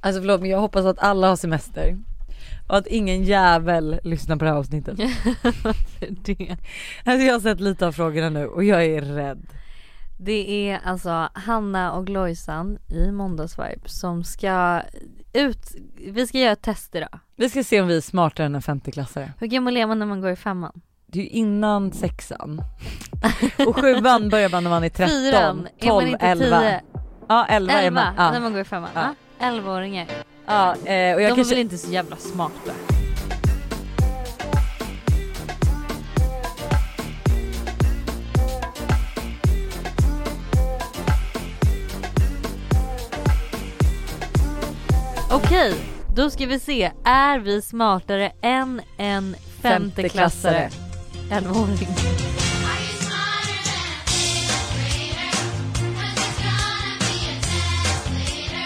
Alltså förlåt men jag hoppas att alla har semester. Och att ingen jävel lyssnar på det här avsnittet. det. Alltså jag har sett lite av frågorna nu och jag är rädd. det är alltså Hanna och Lojsan i Måndagsvibe som ska ut, vi ska göra ett test idag. Vi ska se om vi är smartare än en 50-klassare. Hur gammal är man när man går i femman? Det är ju innan sexan. Och sjuan börjar man när man är 13, Fyran, 12, är man inte 11. tio? Ja 11, är Elva, man. Ja. när man går i femman. Ja. Ja. Elvaåringar. Ja, eh, och De jag är kanske... väl inte så jävla smarta. Okej, då ska vi se. Är vi smartare än en femteklassare? Femteklassare. Are Elvaåring. you smarter than a fifth grader? 'Cause there's gonna be a test later.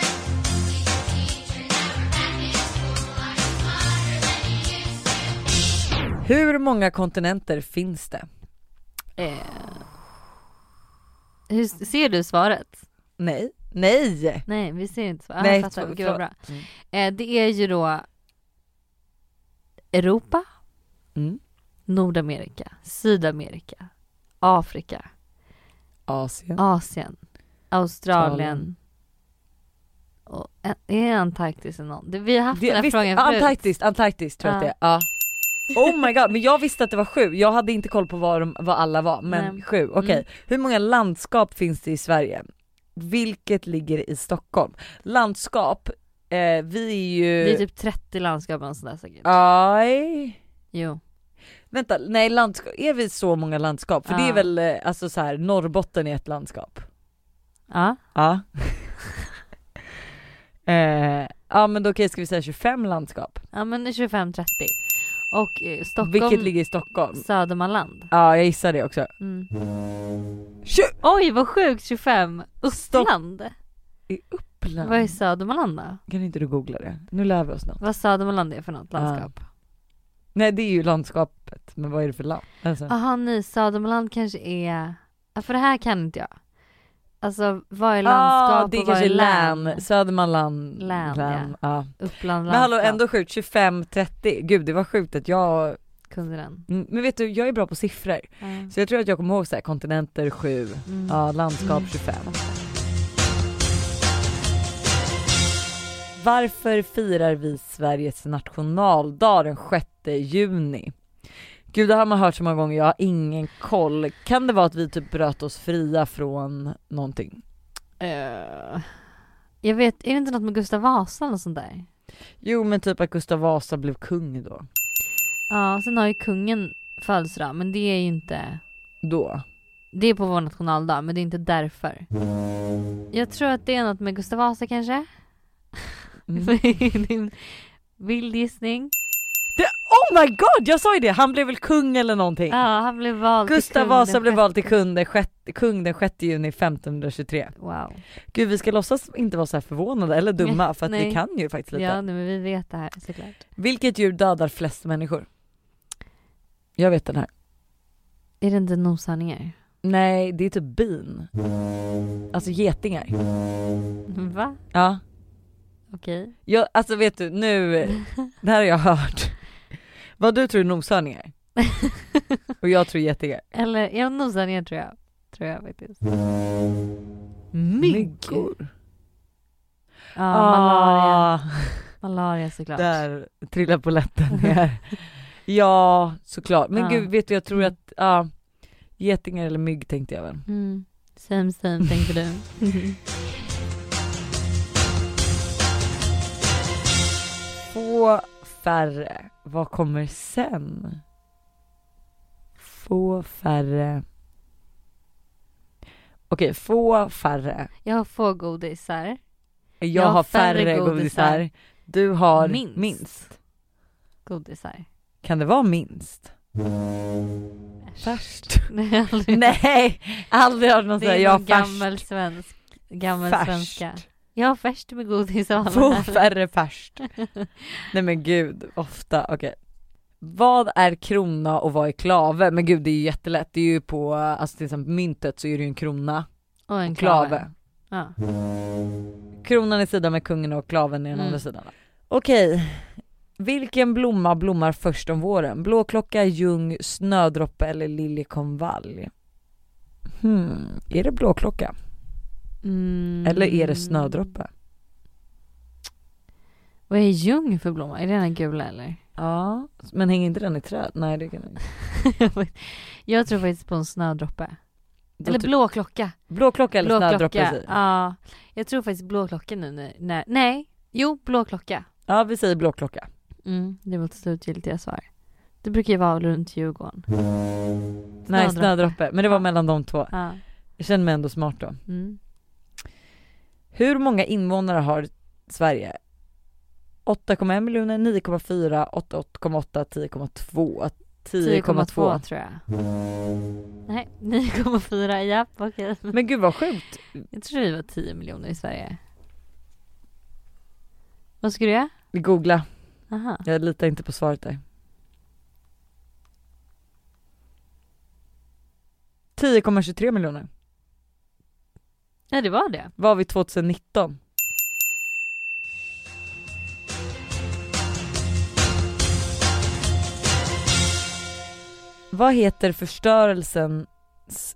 Did your teacher never back in school? Are you smarter than you used to? Hur många kontinenter finns det? Eh. Hur, ser du svaret? Nej. Nej! Nej, vi ser inte svaret. Nej, jag fattar. för- Gud, vad bra. Mm. Eh, det är ju då Europa, Mm. Nordamerika, Sydamerika, Afrika, Asien. Asien, Australien. Australien och Ä- är Antarktis eller någon? Det- Vi har haft Det- den här visst, frågan förut. Antarktis, Antarktis tror jag Ja. att det är. Ja. Oh my god, men jag visste att det var sju. Jag hade inte koll på vad, de, vad alla var, men Nej. sju. Okej, Mm. hur många landskap finns det i Sverige? Vilket ligger i Stockholm? Landskap, eh, vi är ju... Det är typ 30 landskap och sådär säkert. Aj. Jo. Vänta, nej landskap, är vi så många landskap? För det är Ja. väl eh, alltså så här, Norrbotten är ett landskap? Ja. Ja. eh, ja men då okej, ska vi säga 25 landskap? ja, men 25-30. Och eh, Stockholm, Vilket ligger i Stockholm? Södermanland. Ja jag gissar det också. Mm. Tjo! Oj vad sjukt 25! Uppland? I Uppland? Vad är Södermanland då? Kan inte du googla det? Nu lär vi oss något. Vad Södermanland är för något landskap? Nej det är ju landskapet, men vad är det för land? Alltså, Jaha nej, Södermanland kanske är... Ja, för det här kan inte jag. Alltså vad är landskap ah, det är och vad kanske är län, län? Södermanland. Län, ja. Uppland Men hallå landskap. ändå sjukt, 25-30, gud det var sjukt att jag, Kunde den. Mm, men vet du jag är bra på siffror. Ja. Så jag tror att jag kommer ihåg så här, kontinenter 7, Mm. ja, landskap Mm. 25. Varför firar vi Sveriges nationaldag den 6 juni? Gud det har man hört så många gånger, jag har ingen koll. Kan det vara att vi typ bröt oss fria från någonting? Eh, jag vet, är det inte något med Gustav Vasa eller sånt där? Jo men typ att Gustav Vasa blev kung då. Ja, sen har ju kungen födelsedag men det är ju inte... Då. Det är på vår nationaldag men det är inte därför. Jag tror att det är något med Gustav Vasa kanske? Mm. Din vild gissning. Det, oh my god jag sa ju det, han blev väl kung eller någonting? Ja, han blev vald till Gustav kung Vasa den blev sjätte- vald till kung den 6, kung den 6 juni 1523. Wow. Gud vi ska låtsas inte vara så här förvånade eller dumma för att vi Nej. kan ju faktiskt lite. Ja, nej, men vi vet det här såklart. Vilket djur dödar flest människor? Jag vet den här. Är det inte noshörningar? Nej det är typ bin. Alltså getingar. Va? Ja. Okej. Jag, alltså vet du nu, det här har jag hört. Vad du tror är noshörningar och jag tror getingar. Eller, ja noshörningar tror jag. Tror jag faktiskt. Ja, malaria. Ah, Malaria såklart. där trillar polletten ner. ja såklart. Men Ja. gud vet du jag tror att, ja. Getingar eller mygg tänkte jag väl. Mm. Same same tänkte du. Få färre, vad kommer sen? Få färre... Okej, få färre. Jag har få godisar. Jag, har färre, godisar. Du har minst. Minst. Godisar. Kan det vara minst? Färst. Nej, aldrig. Nej, aldrig hört någon det är säga jag har någon färst. gammal svensk. Gammal Färst. svenska. Jag har färskt med godis av Få alla. färre färst. Nej men gud, ofta. Okej. Vad är krona och vad är klave? Men gud det är ju jättelätt. Det är ju på, alltså till exempel myntet så är det ju en krona. Och en klave. klave. Ja. Kronan i sidan med kungen och klaven i den Mm. andra sidan. va? Okej, vilken blomma blommar först om våren? Blåklocka, ljung, snödroppe eller liljekonvalj? Hmm, är det blåklocka? Mm. Eller är det snödroppe? Vad är ljung för blomma? Är det den här gula eller? Ja, men hänger inte den i träd? Nej det kan den inte. jag tror faktiskt på en snödroppe. Då Eller ty- blåklocka. blåklocka eller snödroppe Blåklocka. säger vi. Ja. Jag tror faktiskt blåklocka nu när, när nej. Jo, blåklocka. Ja vi säger blåklocka. Mm, det var ett slutgiltiga svar. Det brukar ju vara runt Djurgården. Nej Snödroppe. snödroppe, men det var Ja. mellan de två. Ja. Jag känner mig ändå smart då. Mm. Hur många invånare har Sverige? 8,1 miljoner, 9,4, 8,8, 10,2, 10,2. tror jag. Nej, 9,4. Ja, okej. Men gud vad sjukt. Jag tror det var 10 miljoner i Sverige. Vad ska du göra? Googla, Aha. jag litar inte på svaret där. 10,23 miljoner. Nej, det var det. Var vi 2019? Vad heter förstörelsens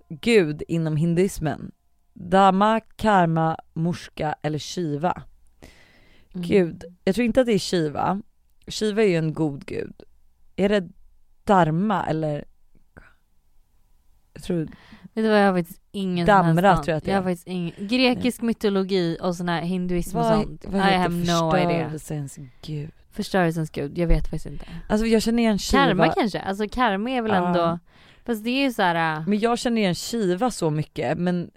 gud inom hinduismen? Dama, karma, morska eller shiva? Mm. Gud, jag tror inte att det är shiva. Shiva är ju en god gud. Är det dharma eller? Jag tror Vet du vad, jag har faktiskt ingen Damra som helst aning. tror jag att det jag har är. faktiskt ingen. Grekisk mytologi och sån här hinduism och Vad, sånt. vad I heter have no idea. förstörelsens gud? Förstörelsens gud, jag vet faktiskt inte. Alltså jag känner igen shiva. Karma kanske? Alltså karma är väl Ja. ändå, fast det är ju så här. äh, Men jag känner igen Shiva så mycket men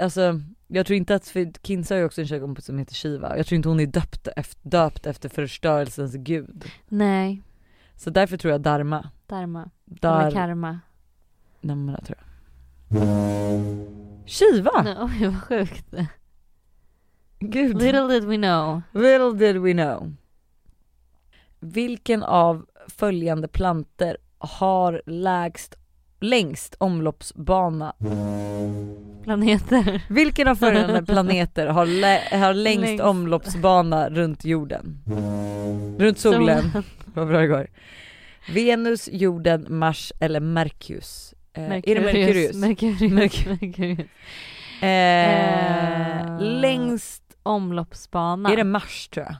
alltså jag tror inte att, för Kinsa har ju också en tjejkompis som heter Shiva, jag tror inte hon är döpt efter, döpt efter förstörelsens gud. nej, Så därför tror jag Dharma. dharma. Eller Dar- karma. Namna tror jag. Shiva! Nej, Oj vad sjukt. Gud. Little did we know. Little did we know. Vilken av följande planter har lägst, längst omloppsbana? Planeter. Vilken av följande planeter har, lä- har längst, Längst. omloppsbana runt jorden? Runt solen. Vad bra det går. Venus, jorden, Mars eller Merkurius? Eh, Är det Merkurius? Merkurius. Merkurius. Merkurius. eh, Eh. längst, Omloppsbana. är det Mars tror jag?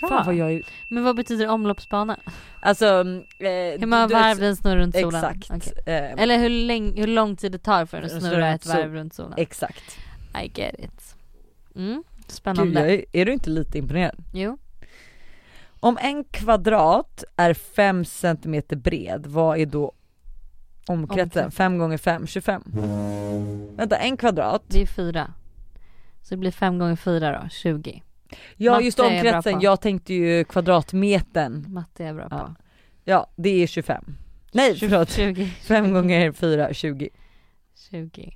Bra. Fan vad jag är... Men vad betyder omloppsbana? Alltså... mm, Eh, Hur många du vet- varv den snurrar runt solen? Exakt. Okej. Eh, Eller hur, länge, hur lång tid det tar för den att Den snurra snurrar ett runt varv sol- runt solen. exakt. I get it. Mm. Gud, Spännande. jag är, är du inte lite imponerad? Jo. Om en kvadrat är 5 cm bred, vad är då omkretsen? Omkrets. 5 gånger 5, 25. Vänta, en kvadrat. Det är fyra. Så det blir fem gånger fyra då, 20. Ja Matte just är jag bra omkretsen, på. jag tänkte ju kvadratmetern. Matte är jag bra på. Ja. Ja, det är 25. Nej förlåt, 20. 5 gånger 4, 20. 20.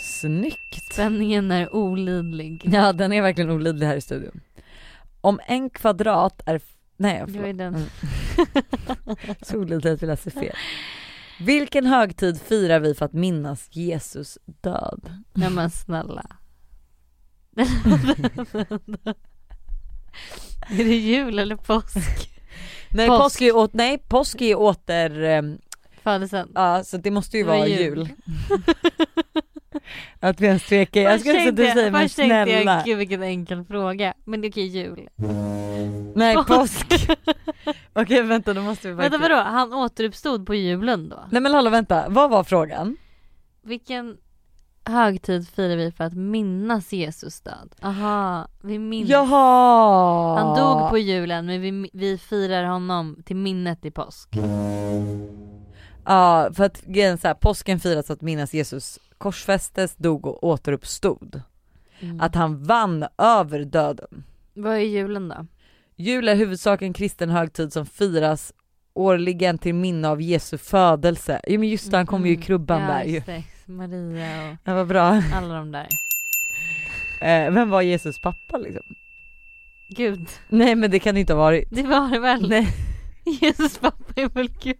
Snyggt! Spänningen är olidlig. Ja den är verkligen olidlig här i studion. Om en kvadrat är, f- nej Det var ju förlåt, den. Mm. så olidlig att vi läser fel. Vilken högtid firar vi för att minnas Jesus död? Nej men snälla. är det jul eller påsk? Nej påsk, Påsk. är ju åt, nej påsk är ju åter, ehm, Födelsen. ja så det måste ju Det var vara jul. jul. Att vi ens tvekar, jag Först skulle säga att du tänkte- säger men först tänkte snälla. jag, gud vilken enkel fråga. Men det är okej, jul. Nej Påsk. påsk. Okej vänta då måste vi Vänta verkligen. vadå, han återuppstod på julen då? Nej men hallå vänta, vad var frågan? Vilken högtid firar vi för att minnas Jesus död? Aha, vi minns. Jaha! Han dog på julen men vi, vi firar honom till minnet i påsk. Ja för att grejen är så här, påsken firas att minnas Jesus korsfästes, dog och återuppstod. Mm. Att han vann över döden. Vad är julen då? Jul är huvudsakligen en kristen högtid som firas årligen till minne av Jesu födelse. Jo men just det, han kom ju i Mhm. krubban ja, där ju. just det. Maria och Ja, vad bra. alla de där. Eh, vem var Jesus pappa liksom? Gud, Nej men det kan det inte ha varit. det var det väl? Nej. Jesus pappa är väl gud?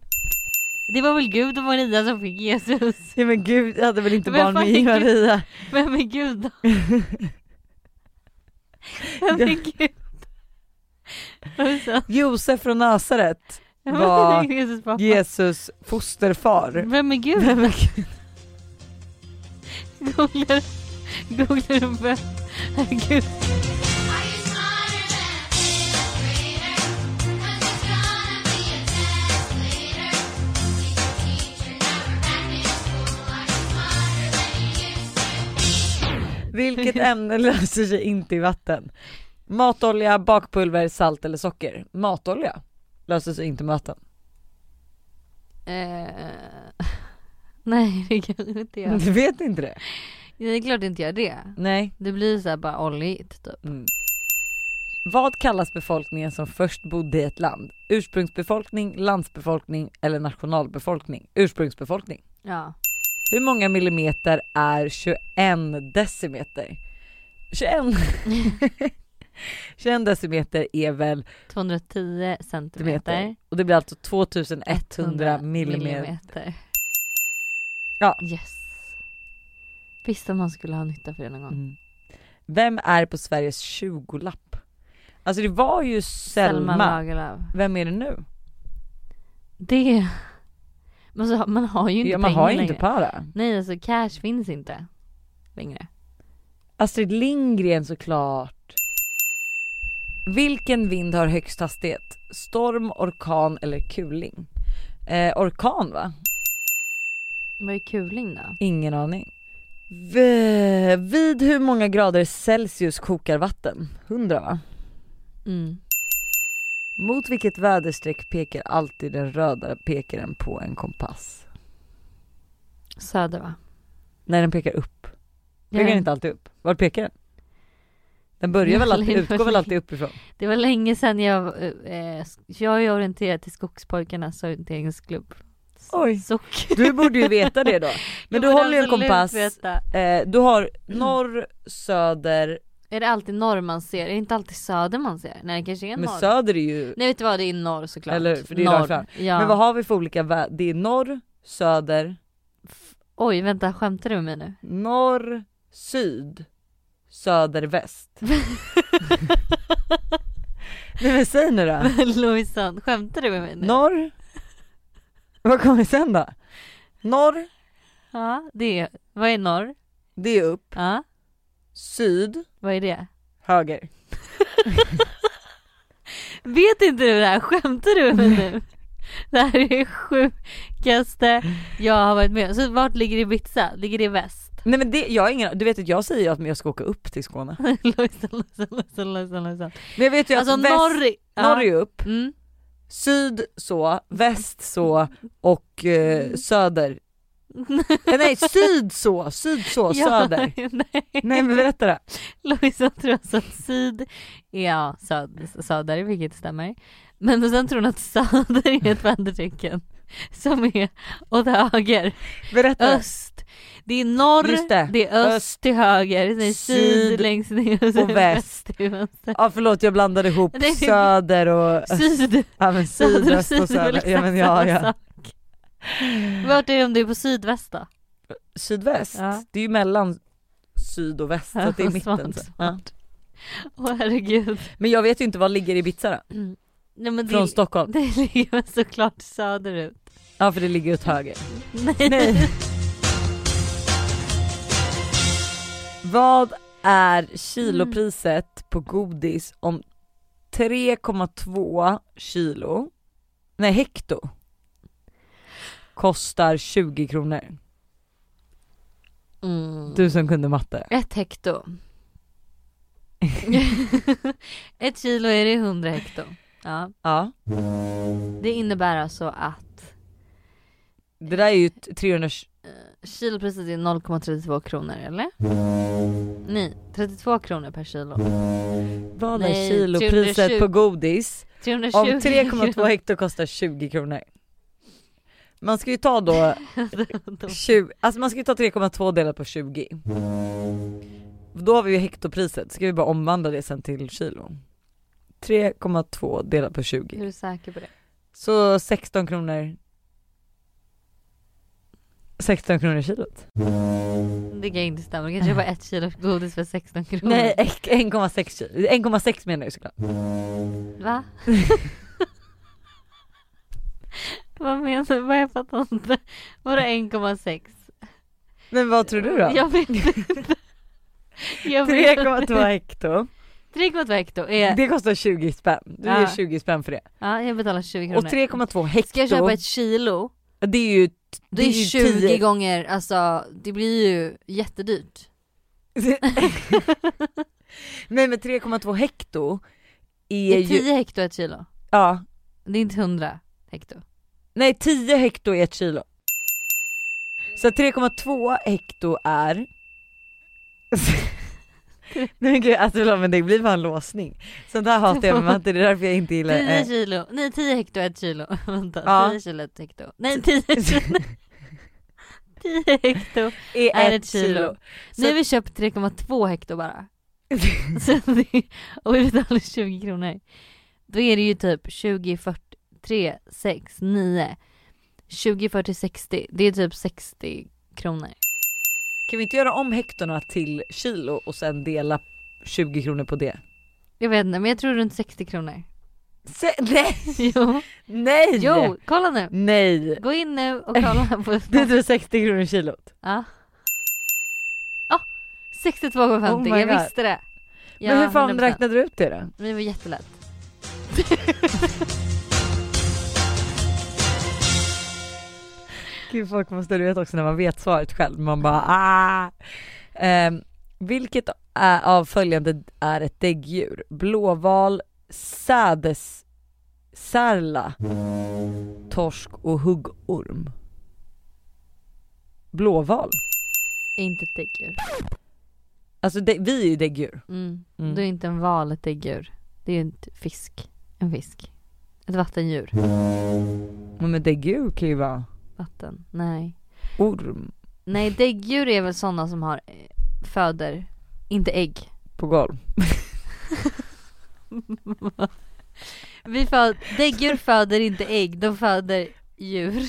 det var väl Gud och Maria som fick Jesus? Ja, men gud, jag hade väl inte Men barn med fan, Maria? Vem är Gud då? Vem är Gud? Alltså, Josef från Nasaret, vem Vad- är Jesus pappa? Jesus fosterfar. Vem är Gud? Vem är Gud? Googlar, googlar du vem är Gud? Are you smarter than a fifth grader? 'Cause there's gonna be a test later. He's your teacher, now we're back in school. Are you smarter than you used to be? Vilket ämne löser sig inte i vatten? Matolja, bakpulver, salt eller socker? Matolja löser sig inte med vatten. Eh, nej det kan jag inte göra. Du vet inte det? Det är klart inte gör det. Nej. Det blir såhär bara oljigt typ. Mm. Vad kallas befolkningen som först bodde i ett land? Ursprungsbefolkning, landsbefolkning eller nationalbefolkning? Ursprungsbefolkning. Ja. Hur många millimeter är 21 decimeter? 21, 21 decimeter är väl 210 meter centimeter. och det blir alltså 2100 millimeter. millimeter. Ja. Yes. Visste om man skulle ha nytta för det någon gång. Mm. Vem är på Sveriges 20-lapp? Alltså det var ju Selma. Lagerlöf. Vem är det nu? Det... Men så, man har ju inte Ja, man pengar har ju inte längre. para. Nej alltså cash finns inte längre. Astrid Lindgren såklart. Vilken vind har högst hastighet? Storm, orkan eller kuling? Eh, orkan va? Vad är kuling då? Ingen aning. V- vid hur många grader Celsius kokar vatten? 100 va? Mm. Mot vilket väderstreck pekar alltid den röda pekaren på en kompass? Söder va? Nej den pekar upp. Pekar Ja. den inte alltid upp? Vart pekar den? Den börjar väl alltid, utgår väl alltid uppifrån? Det var länge sedan jag, eh, eh, jag är orienterad till Skogspojkarnas orienteringsklubb. Oj. Sock. Du borde ju veta det då. Men du håller ju alltså en kompass. Veta. Eh, du har norr, söder, Är det alltid norr man ser? Är det inte alltid söder man ser? Nej det kanske är men norr. söder är ju... Nej vet du vad, det är norr såklart. Eller hur? För det är rakt norr. fram. Ja. Men vad har vi för olika vä- Det är norr, söder, Oj vänta, skämtar du med mig nu? norr, syd, söder, väst. Nej men säg nu då. Lovisan, skämtar du med mig nu? Norr. Vad kommer sen då? Norr, Ja, det är, vad är norr? det är upp. Ja, Syd, vad är det? höger. Vet inte du det här? Skämtar du med mig nu? Det här är det sjukaste jag har varit med om. Så vart ligger Ibiza? Ligger det i väst? Nej men det, jag har ingen Du vet att jag säger ju att jag ska åka upp till Skåne. Lojsan, Lojsan, Lojsan, Lojsan, Lojsan. Men jag vet ju att Alltså väst, norr, norr... norr är ju upp. Ja. Mm. Syd så, väst så och eh, söder. Eh, nej syd så, syd så, söder. Ja, nej. Nej men berätta det. Lojsan tror alltså att syd är ja, söd, söder, vilket stämmer. Men sen tror hon att söder är ett vädertecken som är åt höger. Berätta det. Öst. Det är norr, Just det. är öst, Öst. till höger, nej, syd, Syd längst ner sen och väst. till vänster. Ja förlåt jag blandade ihop Nej. söder och Syd, ja, men söder och sydöst syd liksom. och är söder. Ja, väl exakt men, ja, samma ja. sak. Vart är det om du är på sydväst då? Sydväst, Ja. det är ju mellan syd och väst så att det är mitten. Så. Ja. Åh herregud. Men jag vet ju inte var ligger Ibiza då? Nej, men Från det, Stockholm? det ligger väl såklart söderut. Ja för det ligger åt höger. Nej. Nej. Vad är Mm. kilopriset på godis om 3,2 kilo, nej hekto, kostar 20 kronor? Mm. Du som kunde matte. Ett hekto. Ett kilo är det 100 hekto. Ja. Ja. Det innebär alltså att Det där är ju 300, kilopriset är 0,32 kronor eller? Nej, 32 kronor per kilo. vad är Nej, kilopriset 320. på godis 320 om 3,2 hekto kostar 20 kronor? Man ska ju ta då hekto. 20, alltså man ska ju ta 3,2 delat på 20. Då har vi ju hektopriset, ska vi bara omvandla det sen till kilo. 3,2 delat på Är 20. Mm. du säker på det? Så 16 kronor 16 kronor kilot. Det kan inte stämma, det kanske var ett kilo godis för 16 kronor. Nej 1,6 kilo, 1,6 menar jag såklart. Va? vad menar du? Vad jag fattar inte. Vadå 1,6? Men vad tror du då? Jag vet inte. Jag vet inte. 3,2 hekto. 3,2 hekto är... Det kostar 20 spänn. Du Ja. ger 20 spänn för det. Ja, jag betalar 20 kronor. Och 3,2 hekto. Ska jag köpa ett kilo? Det är ju... Det är 20 10 gånger, alltså det blir ju jättedyrt. Nej men 3,2 hekto Det är är ju... 10 hekto ett kilo. Ja. Det är inte 100 hekto. Nej 10 hekto är ett kilo. Så 3,2 hekto är... Nej men gud alltså förlåt, men det blir bara en låsning. Sånt här hatar jag med matte, det är därför jag inte gillar... 10 eh, kilo, nej 10 hekto ett kilo. Vänta, Ja. 10 kilo ett hekto. Nej 10 eh, kilo. 10 hekto är ett kilo. Nu har vi köpt 3,2 hekto bara. Så det- och vi betalar 20 kronor. Då är det ju typ 20, 43, 6, 9, 20, 40, 60. Det är typ 60 kronor. Kan vi inte göra om hektorna till kilo och sen dela 20 kronor på det? Jag vet inte men jag tror runt 60 kronor. Se- nej! Jo, Nej! jo kolla nu. Nej! Gå in nu och kolla på... Det tror 60 kronor kilot. Ja. Ah, 62,50. Oh my jag God. visste det. Men hur fan 100%. räknade du ut det då? Det var jättelätt. Gud folk måste du vet också när man vet svaret själv, man bara ah. Ehm, Vilket är, av följande är ett däggdjur? Blåval, sädes, särla, torsk och huggorm. Blåval. Inte ett däggdjur. Alltså det, vi är ju däggdjur. Mm. Mm. Du är inte en val ett däggdjur. Det är ju en fisk. En fisk. Ett vattendjur. Men med däggdjur kan ju vara Vatten. Nej. orm Nej, däggdjur är väl sådana som har eh, föder, inte ägg. på golv. Vi föd, däggdjur föder inte ägg, de föder djur.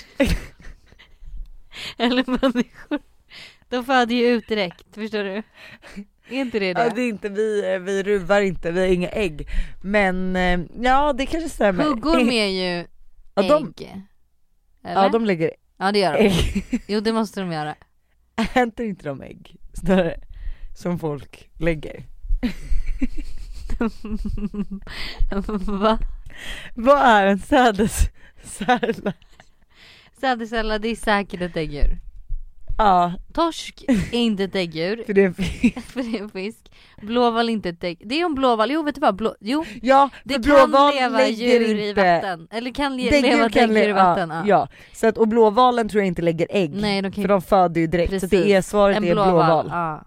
Eller människor. De föder ju ut direkt, förstår du? Är inte det Ja, det? det är inte, vi, eh, vi ruvar inte, vi har inga ägg. Men eh, ja det kanske stämmer. Huggorm är ju ägg. ja, de, Eller? ja de lägger ja det gör de. ägg. Jo det måste de göra. Äter inte de ägg snarare? Som folk lägger. Va? Vad är en sädessärla? Sädesärla det är säkert ett däggdjur. Ja, Torsk är inte ett däggdjur, för det är en fisk. för det är en fisk. Blåval är inte ett däggdjur. Det är en blåval, jo vet du vad? Blå... Jo Ja, det för kan blåval leva lägger djur inte... i vatten. Eller kan le- Däggdjur leva kan le- däggdjur i vatten. Ja, Ja. ja. Så att, och blåvalen tror jag inte lägger ägg. Nej de kan För ju... de föder ju direkt, så det är Precis. svaret En är blåval. blåval. Ja.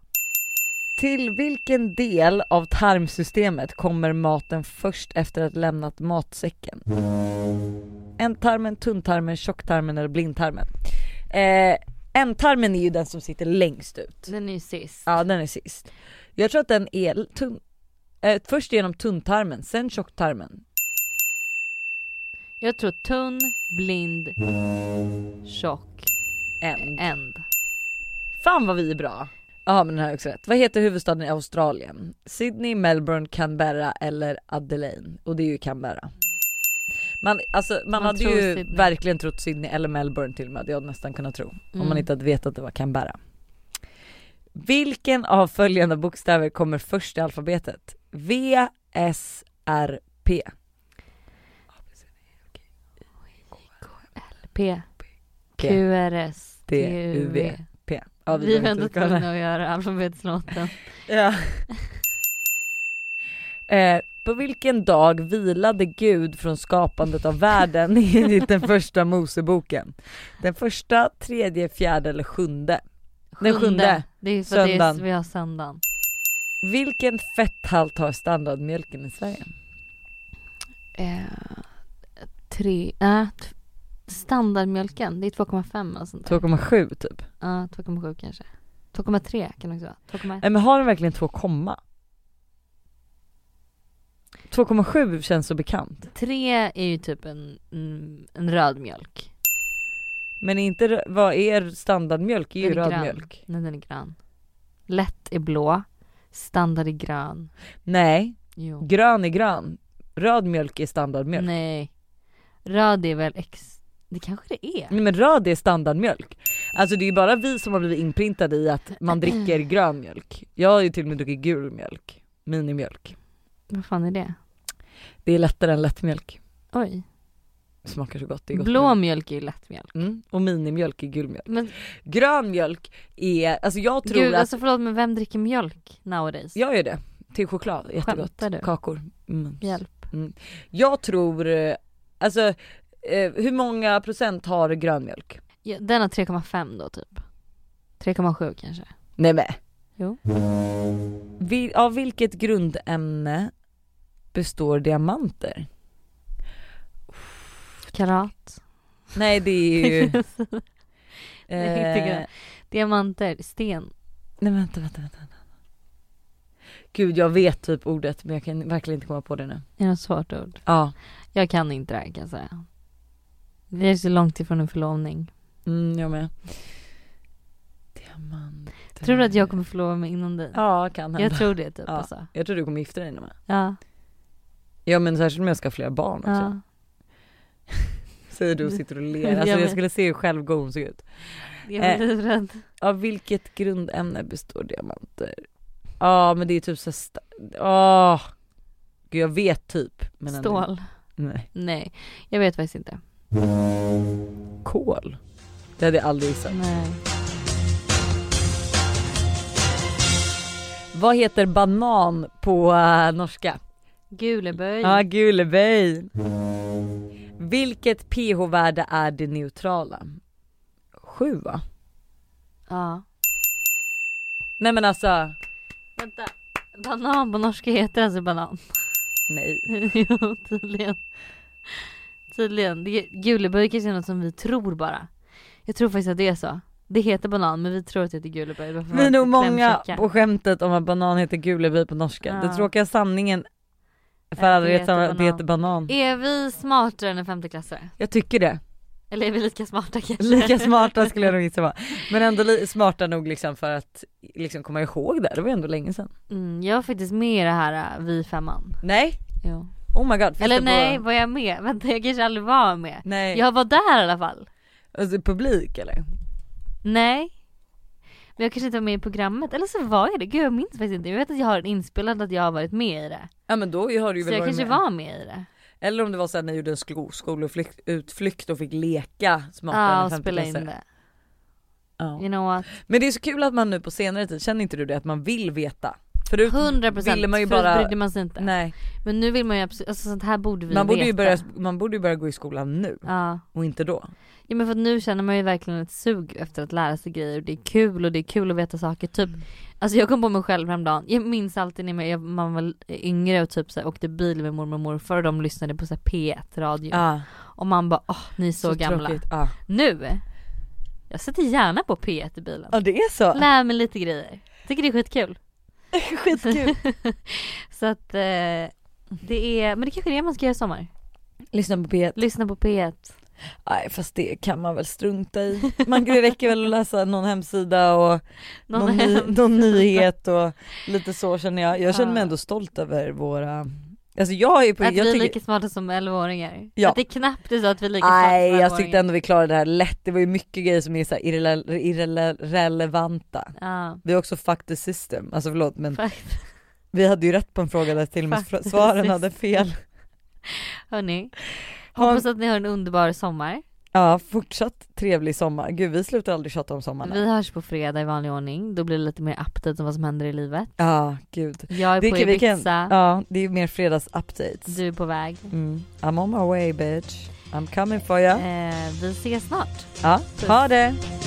Till vilken del av tarmsystemet kommer maten först efter att lämnat matsäcken? Ändtarmen, tunntarmen, tjocktarmen eller blindtarmen? Eh, ändtarmen är ju den som sitter längst ut. Den är ju sist. Ja den är sist. Jag tror att den är tunn, eh, först genom tunntarmen, sen tjocktarmen. Jag tror tunn, blind, tjock, Änd. änd. Fan vad vi är bra. Ja men den här är också rätt. Vad heter huvudstaden i Australien? Sydney, Melbourne, Canberra eller Adelaide? Och det är ju Canberra. Man, alltså, man, Man hade tror ju Sydney. verkligen trott Sydney eller Melbourne till och med, det hade jag nästan kunnat tro. Om man Mm. inte hade vetat att det var Canberra. Vilken av följande bokstäver kommer först i alfabetet? V, S, R, P. P, P. Q, R, S, T, T, U, U, V. V. P. Ja, vi Vi behöver inte var ändå kolla. tvungna att göra alfabetslåten. Ja. eh, på vilken dag vilade Gud från skapandet av världen enligt den första Moseboken? Den första, tredje, fjärde eller sjunde? Den sjunde. Det är för att det är, Söndagen. vi har söndagen. Vilken fetthalt har standardmjölken i Sverige? Eh, tre, äh, t- standardmjölken, det är 2,5 eller sånt där. 2,7 typ. Ja, 2,7 kanske. 2,3 kan det också vara. 2,1. Nej Eh, men har den verkligen 2, komma? 2,7 känns så bekant. 3 är ju typ en, mm, en röd mjölk. Men inte, rö- vad är standardmjölk? Det är ju Den är röd grön. mjölk. Nej den är grön. Lätt är blå, standard är grön. Nej, Jo. grön är grön. Röd mjölk är standardmjölk. Nej. Nej. Röd är väl ex... Det kanske det är. men röd är standardmjölk. Alltså det är ju bara vi som har blivit inprintade i att man dricker grön mjölk. Jag har ju till och med druckit gul mjölk, minimjölk. Vad fan är det? Det är lättare än lättmjölk. Oj. Smakar så gott. Det är gott Blå med- mjölk är ju lättmjölk. mm. Och minimjölk är gul mjölk. Men Grön mjölk är, alltså jag tror gud att alltså förlåt men vem dricker mjölk nowadays? Jag gör det. Till choklad, jättegott. Skämtar du? Kakor. Mm. Hjälp. Jag tror, eh, alltså eh, hur många procent har grönmjölk? Ja, Den har 3,5 då typ. 3,7 kanske. Nej men. Jo. Vi, av vilket grundämne består diamanter? Karat. Nej det är ju... eh, Nej, inte grön. Diamanter. Sten. nej vänta, vänta, vänta, vänta. Gud jag vet typ ordet men jag kan verkligen inte komma på det nu. Är det något svårt ord? Ja. Jag kan inte det här kan jag säga. Det är så långt ifrån en förlovning. Mm, jag med. Diamanter. Tror du att jag kommer förlova mig innan dig? Ja kan hända. Jag tror det typ Ja. alltså. Jag tror du kommer gifta dig med. Ja. Ja men särskilt om jag ska ha flera barn också. ja. Säger du och sitter och ler. Alltså Ja, jag men- skulle se hur självgod hon såg ut. Jag är Eh, livrädd. Av vilket grundämne består diamanter? Ja ah, men det är typ så st- ah. Gud jag vet typ. Men ändå- Stål. Nej. Nej, jag vet faktiskt inte. Kol. Det hade jag aldrig gissat. Nej. Vad heter banan på eh, norska? Guleböj. Ja ah, guleböj. Vilket pH-värde är det neutrala? Sju va? Ja. Nej men alltså. Vänta. Banan på norska heter alltså banan. Nej. jo, tydligen. Tydligen. Det- Guleböj kanske är något som vi tror bara. Jag tror faktiskt att det är så. Det heter banan men vi tror att det heter guleböj. bara för Vi är att nog många klämkäcka. på skämtet om att banan heter guleby på norska. Ja. Den tråkiga sanningen för Äh, alla det vet heter att det banan. heter banan. Är vi smartare än en femteklassare? Jag tycker det. Eller är vi lika smarta kanske? Lika smarta skulle jag nog gissa vara. Men ändå li- smarta nog liksom för att liksom komma ihåg det. Det var ju ändå länge sedan. Mm, jag var faktiskt med i det här äh, Vi femman. Nej, Jo. oh my god. finns det Eller på- nej, var jag med? Vänta jag kanske aldrig var med. Nej, Jag var där i alla fall. alltså publik eller? Nej. Men jag kanske inte var med i programmet, eller så var jag det. Gud jag minns faktiskt inte. Jag vet att jag har en inspelad att jag har varit med i det. Ja men då har du ju Så väl jag varit kanske med. var med i det. Eller om det var så här när jag gjorde en sko- skolutflykt och fick leka smartare Ja, än och en spela in 50-klassare. det. Ja. You know what? Men det är så kul att man nu på senare tid, känner inte du det? Att man vill veta. Förut 100% procent. ville man ju Förut bara, brydde man sig inte. nej. Men nu vill man ju absolut, alltså sånt här borde vi Man borde, veta. ju börja, man borde ju börja gå i skolan nu Ja. och inte då. ja men för att nu känner man ju verkligen ett sug efter att lära sig grejer och det är kul och det är kul att veta saker. Typ, Mm. alltså jag kom på mig själv häromdagen. Jag minns alltid när jag- man var yngre och typ så här, åkte bil med mormor och morfar och de lyssnade på så här P1 radio. Ah, Och man bara åh ni är så, gamla. tråkigt. Ah. Nu! Jag sätter gärna på P1 i bilen. Ja det är så. Lär mig lite grejer. Tycker det är skitkul. Skitkul. Så att eh, det är, men det kanske är det man ska göra i sommar. Lyssna på P1. Lyssna på P1. Nej fast det kan man väl strunta i. Man, det räcker väl att läsa någon hemsida och någon, Någon ny, hem. någon nyhet och lite så känner jag. Jag känner mig Ja. ändå stolt över våra, alltså jag är på, Att vi jag är tycker, lika smarta som 11-åringar. Ja. Att det är knappt är så att vi är lika smarta nej som 11-åringar. jag tyckte ändå vi klarade det här lätt. Det var ju mycket grejer som är så här irrele- irrele- irrelevanta. Ja, Vi har också fuck the system, alltså förlåt men faktiskt. vi hade ju rätt på en fråga där till och med Fuck the svaren system. hade fel. Hörni, Ha en hoppas att ni har en underbar sommar. Ja, fortsatt trevlig sommar. Gud vi slutar aldrig tjata om sommaren. Vi hörs på fredag i vanlig ordning. Då blir det lite mer update om vad som händer i livet. Ja, gud. Jag är Det på kan- vi kan- Ibiza, Ja, det är mer fredagsupdates. du är på väg. Mm. I'm on my way bitch. I'm coming for ya. Eh, vi Eh, ses snart. Ja, ha det!